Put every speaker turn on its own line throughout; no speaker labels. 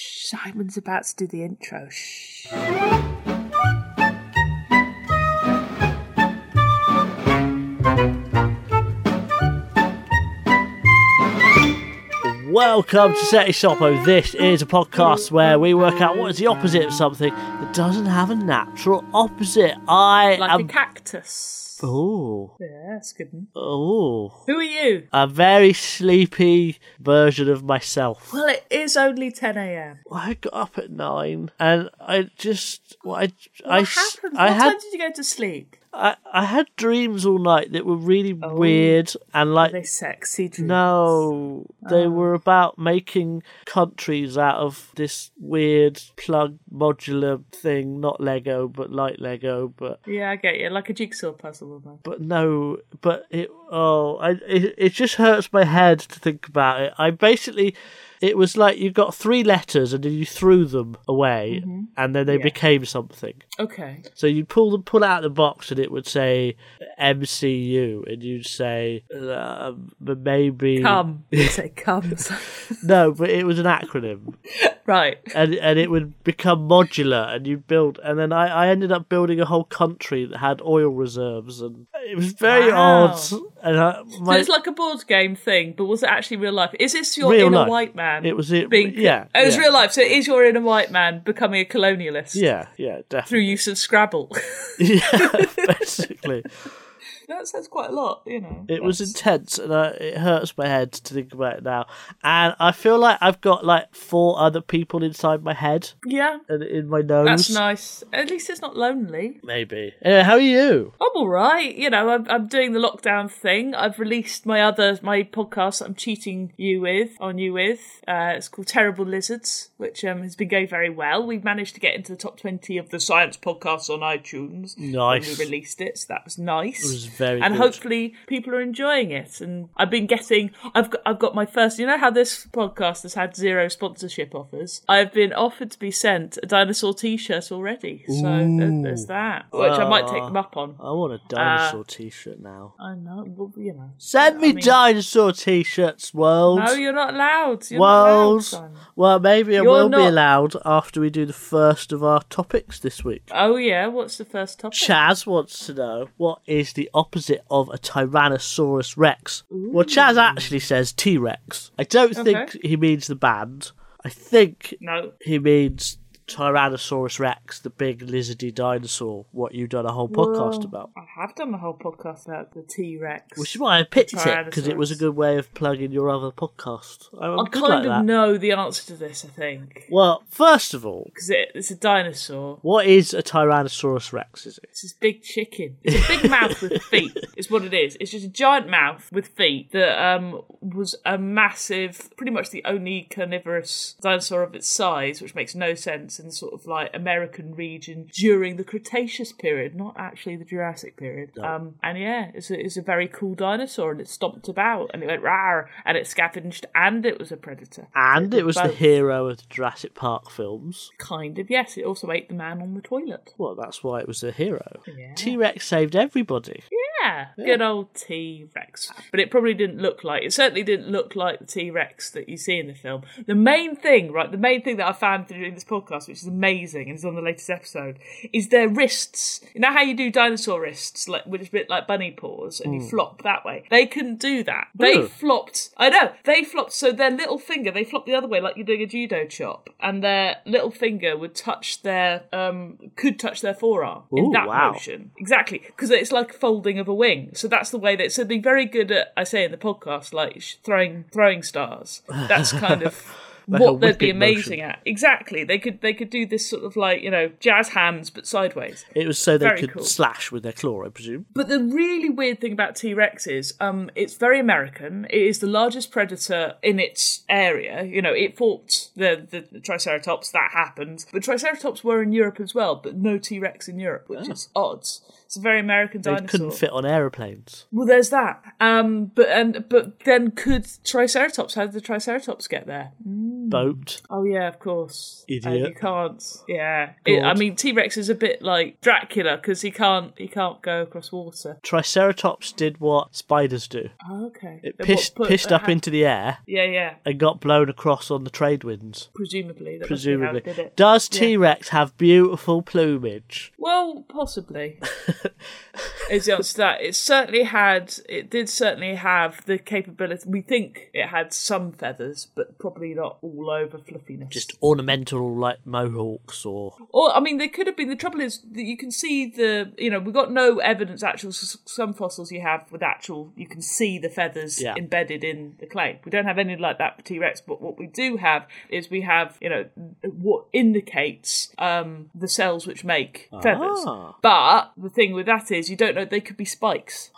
Simon's about to do the intro. Shh.
Welcome to Seti Shoppo. This is a podcast where we work out what is the opposite of something that doesn't have a natural opposite. I
Like a
am.
cactus.
Um, Oh,
Yeah, that's good. one.
oh.
Who are you?
A very sleepy version of myself.
Well, it is only 10 a.m.
I got up at nine and I just. I,
What
I, s-
happened?
I
what
had
time did you go to sleep?
I, I had dreams all night that were really
Oh,
weird and like
Are they sexy dreams?
No, they were about making countries out of this weird plug modular thing, not Lego, but like Lego, but
Yeah, I get you. Like a jigsaw puzzle almost.
but no, but it oh, I it, it just hurts my head to think about it. I basically it was like you got three letters and then you threw them away and then they became something.
Okay.
So you'd pull them, pull out the box, and it would say MCU, and you'd say um, maybe
Come. You say come.
No, but it was an acronym,
right.
and and it would become modular, and you'd build, and then I, I ended up building a whole country that had oil reserves, and it was very
Wow.
odd. And I,
So
my,
it's like a board game thing, but was it actually real life? Is this your
Real
inner
life.
white man?
it was it,
being-
yeah,
Oh, it's
yeah,
real life. So it is your inner white man becoming a colonialist
yeah, yeah, definitely,
through use of Scrabble.
yeah, basically.
that says quite a lot, you know.
It was intense, and I, it hurts my head to think about it now. And I feel like I've got like four other people inside my head
Yeah,
and in my nose.
that's nice. At least it's not lonely.
Maybe. Anyway, how are you?
I'm all right. You know, I'm, I'm doing the lockdown thing. I've released my other my podcast. that I'm cheating you with on you with. Uh, it's called Terrible Lizards, which um, has been going very well. We've managed to get into the top twenty of the science podcasts on iTunes.
Nice.
When we released it, so that was nice. It
was very
And
good.
hopefully, people are enjoying it. And I've been getting. I've got. I've got my first. You know how this podcast has had zero sponsorship offers. I've been offered to be sent a dinosaur T-shirt already. So there- there's that, which I might take them up on.
I want a dinosaur T-shirt now.
I know, well, you know.
Send me
mean- Oh,
dinosaur T-shirts, world.
No, you're not allowed. You're
world.
not allowed, son.
well, maybe I
You're
will be
not-
allowed after we do the first of our topics this week.
Oh yeah, what's the first topic?
Chaz wants to know what is the opposite of a Tyrannosaurus Rex. Well, Chaz actually says T Rex. I don't think he means the band. I think
no.
he means Tyrannosaurus Rex, the big lizardy dinosaur. What you've done a whole podcast about.
I have done a whole podcast about the T Rex.
Which is why I picked it because it was a
Tyrannosaurus.
good way of plugging your other podcast. I'm
I
good
kind
like
of
that.
know the answer to this, I think,
Well, first of all,
because it, it's a dinosaur.
what is a Tyrannosaurus Rex? Is it?
It's this big chicken. It's a big mouth with feet. Is what it is. It's just a giant mouth with feet that um was a massive, pretty much the only carnivorous dinosaur of its size, which makes no sense in the sort of like American region during the Cretaceous period, not actually the Jurassic period. Um, and yeah, it's a, it's a very cool dinosaur, and it stomped about, and it went rawr, and it scavenged, and it was a predator.
And it was the
both.
hero of the Jurassic Park films.
Kind of yes. It also ate the man on the toilet.
Well, that's why it was a hero.
Yeah.
T Rex saved everybody.
Yeah, good old T Rex. But it probably didn't look like it. Certainly didn't look like the T Rex that you see in the film. The main thing, right? The main thing that I found through doing this podcast, which is amazing and is on the latest episode, is their wrists. You know how you do dinosaur wrists, like which is a bit like bunny paws, and
Hmm.
you flop that way. They couldn't do that. They
Ooh.
flopped. I know they flopped. So their little finger, they flopped the other way, like you're doing a judo chop, and their little finger would touch their um could touch their forearm in
Ooh,
that
wow.
motion motion. Exactly, because it's like folding of a wing. So that's the way that. So they're very good at. I say in the podcast, like sh- throwing throwing stars. That's kind of.
a
what they'd be
whipping
amazing at exactly they could they could do this sort of like you know jazz hands but sideways
It was so they
Very
could
cool.
slash with their claw, I presume.
but the really weird thing about T Rex is, um, it's very American. It is the largest predator in its area. You know, it fought the, the Triceratops, that happened. But Triceratops were in Europe as well, but no T Rex in Europe, which is odd. It's a very American
Ah. They
dinosaur.
couldn't fit on aeroplanes.
Well, there's that. Um, but and but then could Triceratops? How did the Triceratops get there?
Boat.
Oh yeah, of course. Uh,
Idiot.
you can't. Yeah. It, I
God.
mean, T Rex is a bit like Dracula because he can't he can't go across water.
Triceratops did what spiders do.
Oh, okay.
It
Then what
pissed
put-
pissed up
ha-
into the air
Yeah, yeah.
and got blown across on the trade winds.
Presumably. That must be how
Presumably.
it did it.
Does T Rex have beautiful plumage?
Well, possibly. is the answer to that. It certainly had, it did certainly have the capability. We think it had some feathers, but probably not all over fluffiness.
Just ornamental like mohawks or
Or, I mean, they could have been. The trouble is that you can see the, you know, we've got no evidence, actual, s- some fossils you have with actual, you can see the feathers
Yeah.
embedded in the clay. We don't have any like that for T Rex, but what we do have is we have, you know, what indicates um, the cells which make feathers.
Ah.
But the thing with that is you don't know, they could be spikes.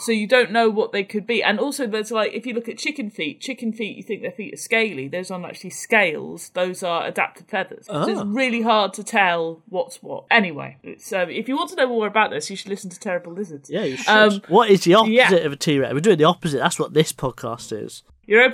So you don't know what they could be. And also, there's like, if you look at chicken feet, chicken feet, you think their feet are scaly. Those aren't actually scales, those are adapted feathers. So
Ah.
it's really hard to tell what's what. Anyway, so if you want to know more about this, you should listen to Terrible Lizards.
Yeah, you should.
Um,
what is the opposite
yeah.
of a T Rex? We're doing the opposite. That's what this podcast is.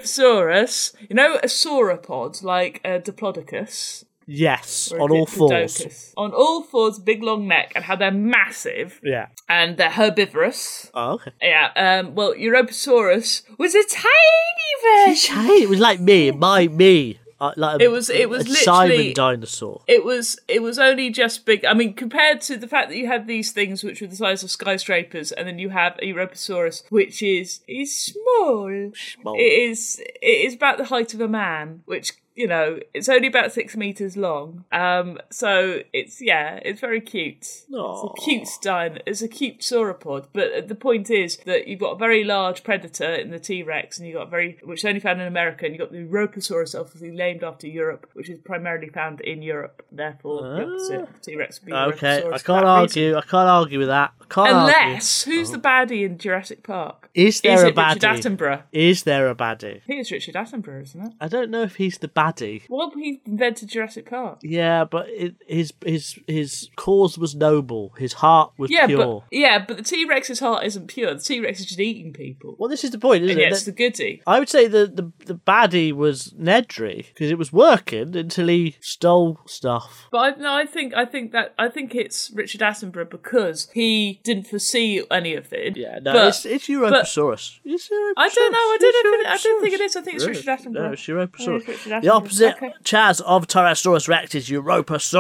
Europasaurus, you know, a sauropod like a Diplodocus.
Yes,
or a
on all fours.
Diplodocus. On all fours, big long neck, and how they're massive
Yeah.
and they're herbivorous.
Oh, okay.
Yeah, um, well, Europasaurus was a tiny version.
Hey, it was like me, my me. Uh, like a-
It was- it was
a
literally-
Simon dinosaur.
It was it was only just big. I mean, compared to the fact that you had these things which were the size of skyscrapers, and then you have a Europasaurus, which is is small.
Small.
It is it is about the height of a man, which you know it's only about six meters long. Um, so it's yeah, it's very cute.
Aw.
It's a cute dino. It's a cute sauropod. But the point is that you've got a very large predator in the T Rex, and you have got a very which is only found in America, and you have got the Europasaurus, obviously named after Europe, which is primarily found in Europe. Therefore, the opposite T Rex would be
Ah.
Europasaurus
Okay, I
for that
can't
reason.
argue. I can't argue with that. I can't argue. Oh.
Unless who's the baddie in Jurassic Park?
Is there
is
a
it Richard
baddie?
Attenborough?
Is there a baddie?
I think it's Richard Attenborough, isn't it?
I don't know if he's the baddie.
Well, he invented Jurassic Park.
Yeah, but it, his his his cause was noble. His heart was
Yeah,
pure.
but yeah, but the T Rex's heart isn't pure. The T Rex is just eating people.
Well, this is the point, isn't
And
it?
yet it's the
That-
goodie.
I would say the, the, the baddie was Nedry because it was working until he stole stuff.
But I, no, I think I think that I think it's Richard Attenborough because he didn't foresee any of it.
Yeah, no,
But-
it's, it's Europasaurus. It's Europasaurus.
I don't know. I
It's
don't know. If it, I don't think it
Europasaurus.
is. I think it's
It
Richard
is. No,
Attenborough.
it's Europasaurus.
Yeah, it's Richard
The
Attenborough.
opposite
Okay.
Chaz of Tyrannosaurus Rex is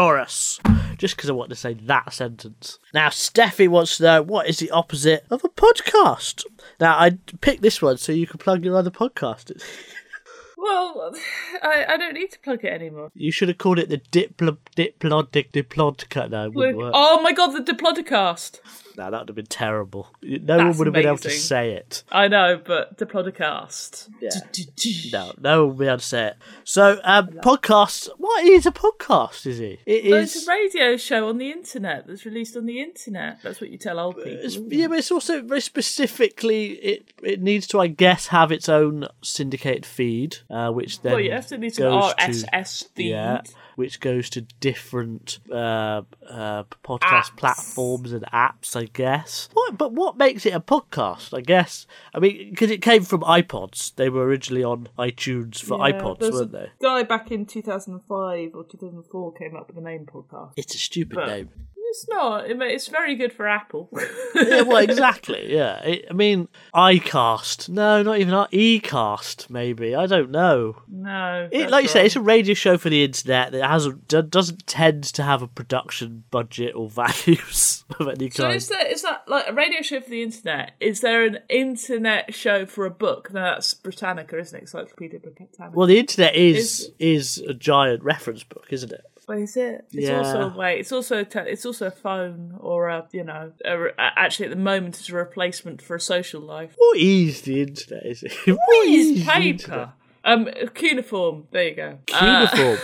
Europasaurus. Just because I want to say that sentence. Now, Steffi wants to know what is the opposite of a podcast? Now, I picked this one so you can plug your other podcast.
Well, I, I don't need to plug it anymore.
You should have called it the Diplo Diplodic Diplodica. No, it wouldn't work.
Oh my god, the Diplodocast.
No, that would have been terrible. No one
That's
would have been able to
amazing.
say it.
I know, but Diplodocast.
No, no one would be able to say it. So, um, podcasts. What is a podcast? Is it? It
But It's
is.
a radio show on the internet that's released on the internet. That's what you tell old people.
It's, yeah, but it's also very specifically. It it needs to, I guess, have its own syndicated feed, uh, which then
Well, you have to need an
goes
RSS feed.
Yeah, which goes to different uh, uh, podcast
Apps.
platforms and apps, I guess. What, but what makes it a podcast? I guess. I mean, because it came from iPods. They were originally on iTunes for
Yeah,
iPods,
there's a
weren't they?
Guy back in 2005 or 2004 came up with the name podcast.
It's a stupid
But-
name.
It's not. It ma- It's very good for Apple.
yeah, well, exactly. Yeah, it, I mean, iCast. No, not even our eCast. Maybe I don't know.
no,
It,
that's
like you say,
wrong.
it's a radio show for the internet that hasn't do- doesn't tend to have a production budget or values of any
So
kind.
is that is that like a radio show for the internet? Is there an internet show for a book? No, that's Britannica, isn't it? Encyclopedia Britannica.
well, the internet is is a giant reference book, isn't it?
What is it? It's
Yeah.
also a way. It's also a te- it's also a phone or a you know a re- a- actually at the moment it's a replacement for a social life.
What is the internet? Is it? What,
Is
the
paper. Um, cuneiform. There you go. Uh,
internet? Cuneiform.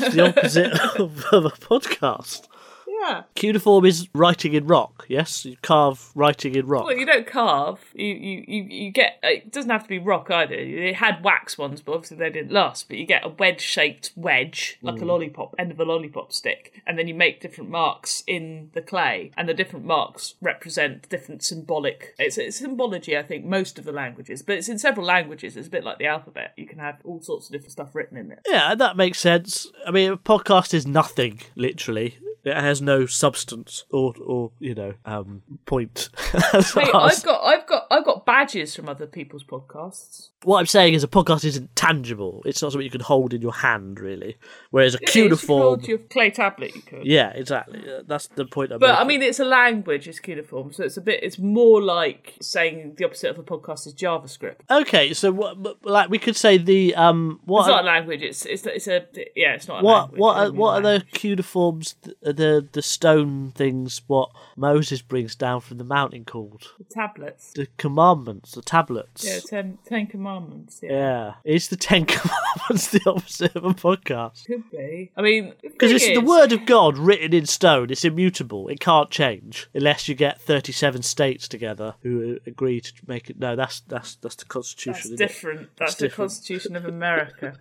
That's the opposite of, of a podcast.
yeah.
Cuneiform is writing in rock. Yes, you carve writing in rock.
Well, you don't carve. You you you, you get. uh, It doesn't have to be rock either. They had wax ones, but obviously they didn't last. But you get a wedge-shaped wedge, like a lollipop, end of a lollipop stick, and then you make different marks in the clay, and the different marks represent different symbolic. It's, it's symbology, I think, most of the languages, but it's in several languages. It's a bit like the alphabet. You can have all sorts of different stuff written in it.
Yeah, and that makes sense. I mean, a podcast is nothing, literally. It has no substance or, or you know, um, point.
Hey, I've got I've got I've got badges from other people's podcasts.
what I'm saying is a podcast isn't tangible. It's not something you can hold in your hand, really. Whereas a cuneiform...
Your clay tablet, you could.
Yeah, exactly. Uh, That's the point I'm
But I
making.
mean, it's a language. It's cuneiform, so it's a bit. It's more like saying the opposite of a podcast is JavaScript.
Okay, so what, but, like we could say the um
It's
what
not
are,
a language. It's it's it's a yeah. It's not. A
what
language.
what are,
It's a
what are
language.
the cuneiforms th- the the stone things what Moses brings down from the mountain called
tablets?
the commandments the tablets
Yeah, ten, ten commandments. Yeah.
yeah is the ten commandments the opposite of a podcast
Could be. I mean,
because it's the word of God written in stone it's immutable it can't change unless you get thirty seven states together who uh, agree to make it no that's that's that's the
That's
constitution isn't it?
different. That's the
different.
Constitution of America.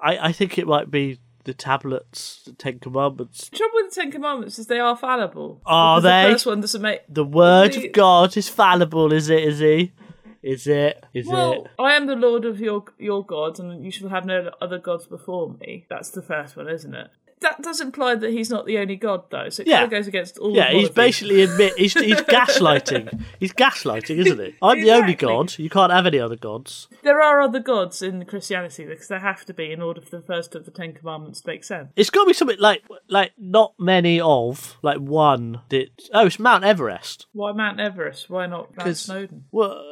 I I think it might be the tablets the ten commandments
The trouble with the Ten Commandments is they are fallible.
Are
Because the
they?
first one doesn't make.
The word
The-
of God is fallible, is it? Is he? Is it? Is
Well,
it?
I am the Lord of your your gods, and you shall have no other gods before me. That's the first one, isn't it? That does imply that he's not the only god, though. So it
Yeah.
kind of goes against all.
Yeah,
of
he's
modern-
basically admit he's, he's gaslighting. He's gaslighting, isn't he? I'm the only
Exactly.
god. You can't have any other gods.
There are other gods in Christianity because there have to be in order for the first of the Ten Commandments to make sense.
It's got to be something like like not many of like one that oh it's Mount Everest.
Why Mount Everest? Why not Mount
'Cause-
Snowden?
Well,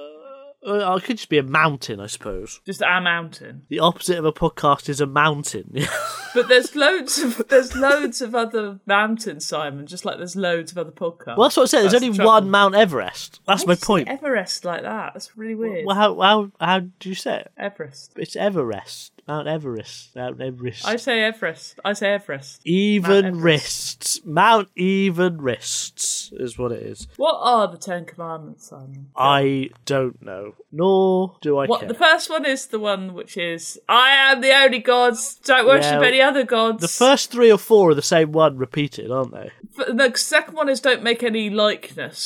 uh, it could just be a mountain, I suppose.
Just our mountain.
The opposite of a podcast is a mountain.
But there's loads of there's loads of other mountains, Simon. Just like there's loads of other podcasts.
well, that's what I said. There's
That's
only
the
one
trouble.
Mount Everest. That's my
Why do you say
point.
Everest like that. That's really weird.
Well, how how how do you say it?
Everest.
It's Everest, Mount Everest, Mount Everest.
I say Everest. I say Everest.
even
Everest.
wrists, Mount even wrists is what it is.
What are the Ten Commandments, Simon?
I don't know, nor do I
What
care.
the first one is the one which is I am the only gods. Don't worship
Yeah.
any other gods.
the first three or four are the same one repeated, aren't they?
But the second one is don't make any likeness.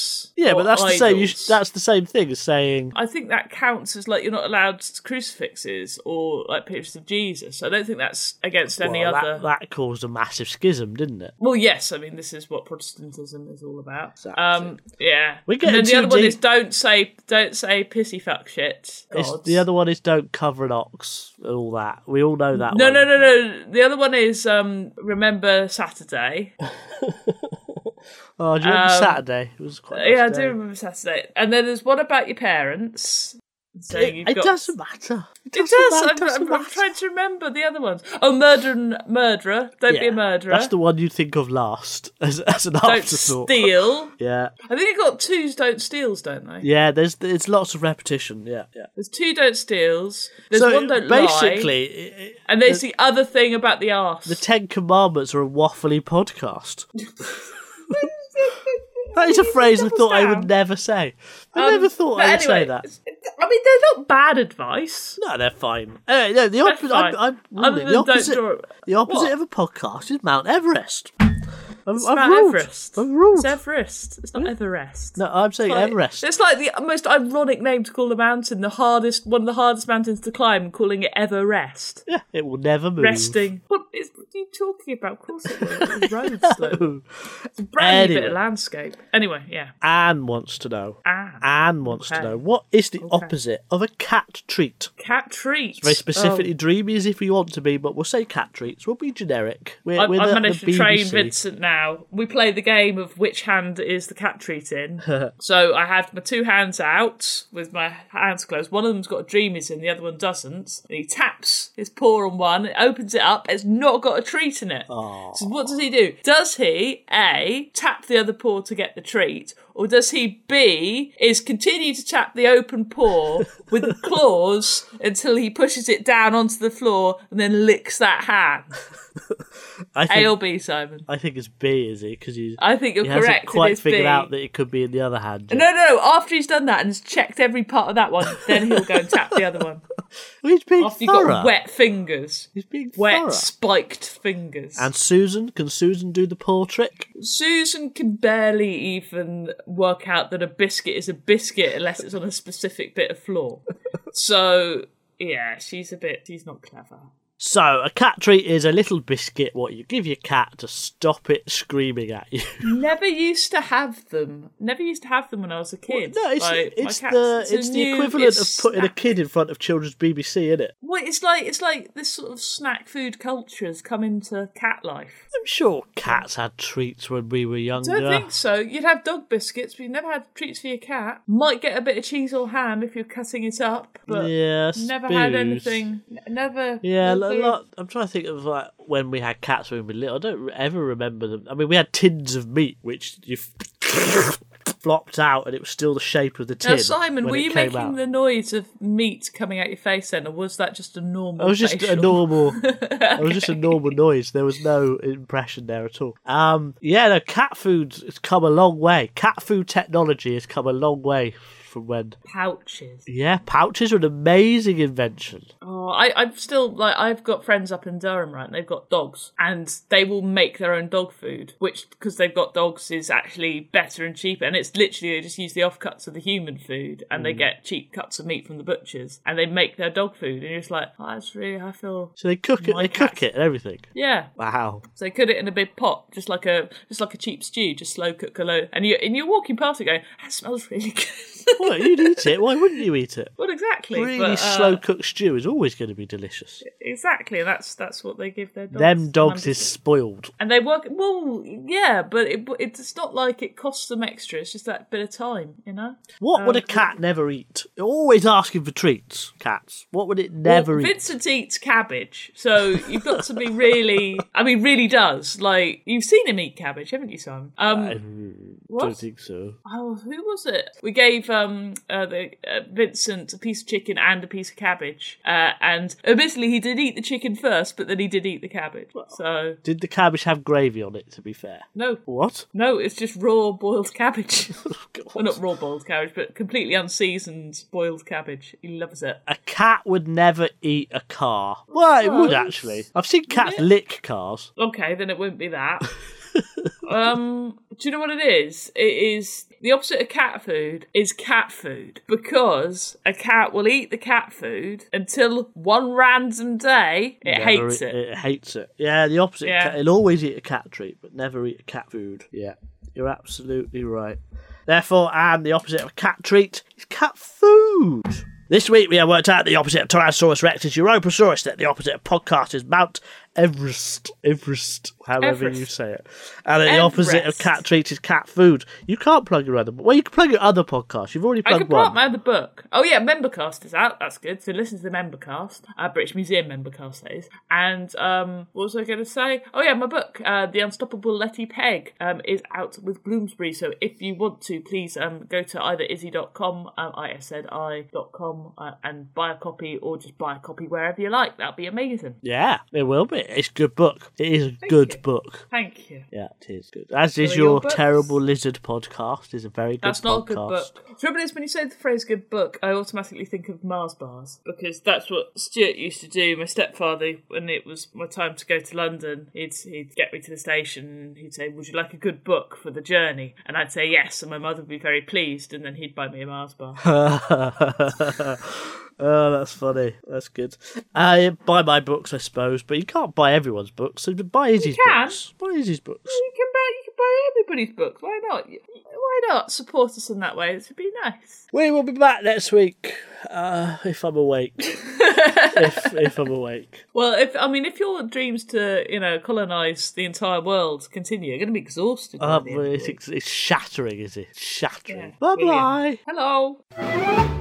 Yeah,
or
but that's the same. You sh-
idols.
that's the same thing as saying
I think that counts as like you're not allowed crucifixes or like pictures of Jesus. I don't think that's against any
well,
other.
"Oh,
Oh,
that, that caused a massive schism, didn't it?
Well, yes, I mean this is what Protestantism is all about.
Exactly.
Um, yeah.
We're
and
getting
then the
too
other one
deep.
is don't say don't say pissy fuck shit.
It's,
gods.
the other one is don't cover an ox, and all that. We all know that.
No,
one.
no, no, no. The other one is um, remember Saturday.
Oh, do you remember
Um,
Saturday? It was quite. a nice
yeah, I
day.
do remember Saturday. And then there's one about your parents. So
It,
you've
it
got-
doesn't matter. It
It
doesn't
does.
matter,
I'm,
doesn't
I'm, I'm
matter.
trying to remember the other ones. Oh, murder and murderer. Don't be
Yeah,
a murderer.
That's the one you think of last as, as an
don't
afterthought.
steal.
Yeah,
I think they got two don't steals, don't they?
yeah. There's it's lots of repetition. Yeah, yeah.
There's two don't steals. There's
so
one don't lie.
basically, i- i-
And there's the other thing about the arse.
the Ten Commandments are a waffly podcast. that is a phrase I thought I would never say. I
Um,
never thought I would say that.
I mean, they're not bad advice.
No, they're fine. Uh, no, the, op-
fine.
I'm, I'm,
Other than
ruling the opposite.
don't draw.
The opposite
What?
of a podcast is Mount Everest. I'm,
It's
I'm
Mount
ruled.
Everest.
I'm ruled. Hmm?
It's Everest. It's not Everest.
no, I'm saying
Like,
Everest.
It's like the most ironic name to call a mountain, the hardest, one of the hardest mountains to climb, calling it Everest.
Yeah, it will never move.
Resting. What, is, what are you talking about? Of course it will. It's roads, though. It's a brand new bit
Anyway.
of landscape. Anyway, yeah.
Anne wants to know.
Ah.
Anne wants
Okay. Oh.
to know what is the opposite of a cat treat?
Cat treats.
Very specifically, dreamy is if we want to be, but we'll say cat treats. We'll be generic. We're,
I've,
we're
I've
the,
managed
the
to train
BBC.
Vincent now. We play the game of which hand is the cat treat in. so I have my two hands out with my hands closed. One of them's got a dreamies in, the other one doesn't. And he taps his paw on one, opens it up, it's not got a treat in it. So what does he do? Does he A tap the other paw to get the treat? Or does he B is continue to tap the open paw with the claws until he pushes it down onto the floor and then licks that hand?
I think,
A or B, Simon?
I think it's B, is it? Because he
I think you're
he
correct.
hasn't
it
quite
is
figured
B.
out that it could be in the other hand. yet.
No, no. After he's done that and has checked every part of that one, then he'll go and tap the other one.
he's being
After you've
thorough.
got wet fingers,
he's being
wet
thorough.
spiked fingers.
And Susan, can Susan do the paw trick?
Susan can barely even work out that a biscuit is a biscuit unless it's on a specific bit of floor. So yeah, she's a bit. She's not clever.
So, a cat treat is a little biscuit what you give your cat to stop it screaming at you.
Never used to have them. Never used to have them when I was a kid.
no, it's,
Like, my
it's
cat's-
the
a
it's the
new-
equivalent
it's
of putting
snack-
a kid in front of children's BBC, isn't it?
Well, it's like it's like this sort of snack food culture has come into cat life.
I'm sure cats had treats when we were
I don't
younger.
think so. You'd have dog biscuits, but you never had treats for your cat. Might get a bit of cheese or ham if you're cutting it up, but
yeah,
never had
spoons.
anything. n- Never.
Yeah, a
never-
lot. I'm trying to think of like when we had cats when we were little. I don't ever remember them. I mean, we had tins of meat which you flopped out, and it was still the shape of the tin.
Now, Simon,
when
were
it
you
came
making
out.
the noise of meat coming out your face then, or was that just a normal?
I was just
facial?
a normal. I was just a normal noise. There was no impression there at all. Um, yeah, no, cat food has come a long way. Cat food technology has come a long way from when.
pouches.
Yeah, pouches are an amazing invention.
Oh, I, I'm still like I've got friends up in Durham, right? And they've got dogs, and they will make their own dog food, which because they've got dogs is actually better and cheaper. And it's literally they just use the offcuts of the human food, and
Mm.
they get cheap cuts of meat from the butchers, and they make their dog food. And you're just like, oh, that's really I feel
So they cook it.
My
they
cat.
cook it and everything.
yeah.
Wow.
So they cook it in a big pot, just like a just like a cheap stew, just slow cook a load. And you and you're walking past it, going, that smells really good.
Well, you'd eat it. Why wouldn't you eat it?
Well, exactly.
Really
but, uh,
slow cooked stew is always going to be delicious.
Exactly. That's that's what they give their dogs.
Them dogs
And I'm
is spoiled.
and they work well yeah but it, it's not like it costs them extra it's just that bit of time you know
What would a cat never eat? You're always asking for treats, cats. What would it never
Well,
eat?
vincent eats cabbage so you've got to be really i mean really does like you've seen him eat cabbage haven't you simon um
Don't
what?
think so.
oh who was it we gave um uh, the uh, vincent a piece of chicken and a piece of cabbage uh, and admittedly he did eat the chicken first but then he did eat the cabbage so
Did the cabbage have gravy on it? To be fair,
no
what?
no it's just raw boiled cabbage Well,
God.
not raw boiled cabbage, but completely unseasoned boiled cabbage. He loves it.
A cat would never eat a car. Well, it would
Well,
actually. I've seen cats lick cars.
Okay, then it wouldn't be that. um, do you know what it is? It is the opposite of cat food is cat food because a cat will eat the cat food until one random day it
Never
hates
eat-
it.
It hates it. Yeah, the opposite.
Yeah.
Yeah. Cat, it'll always eat a cat treat, but never eat a cat food. Yeah, you're absolutely right. Therefore, and the opposite of a cat treat is cat food. This week we have worked out the opposite of Tyrannosaurus Rex is Europasaurus, that the opposite of podcast is Mount Everest. Everest, however
Everest.
you say it. And that the opposite of
Everest.
cat treat is cat food. You can't plug your other well, you can plug your other podcast. You've already
I
plugged
could part
one.
my other book. Oh yeah, Membercast is out. That's good. So listen to the Membercast, uh, British Museum Membercast that is. And um, what was I going to say? Oh yeah, my book, uh, The Unstoppable Letty Peg, um, is out with Bloomsbury. So if you want to, please um, go to either izzy.com, um, isni.com, uh, and buy a copy, or just buy a copy wherever you like. That'd be amazing.
yeah, it will be. It's a good book. It is a good book.
Thank you.
Yeah, it is good. As is
are your
your
books.
terrible lizard podcast is a very good.
That's
podcast.
not a good book. The trouble is, when you say the phrase good book, I automatically think of Mars bars because that's what Stuart used to do, my stepfather, when it was my time to go to London. He'd, he'd get me to the station and he'd say, Would you like a good book for the journey? And I'd say yes, and my mother would be very pleased, and then he'd buy me a Mars bar.
oh, that's funny. That's good. Uh, buy my books, I suppose, but you can't buy everyone's books. So buy Izzy's
can.
books. Buy Izzy's books.
you, can buy, you can buy everybody's books. Why not? Why not support us in that way? It would be nice.
We will be back next week uh, if I'm awake. if if I'm awake.
Well, if I mean, if your dreams to you know colonize the entire world continue, you're going to be exhausted. by
Um,
the end of the
it's,
week.
it's shattering, is it? Shattering.
Yeah,
Bye
really.
bye.
Hello.
Thank you.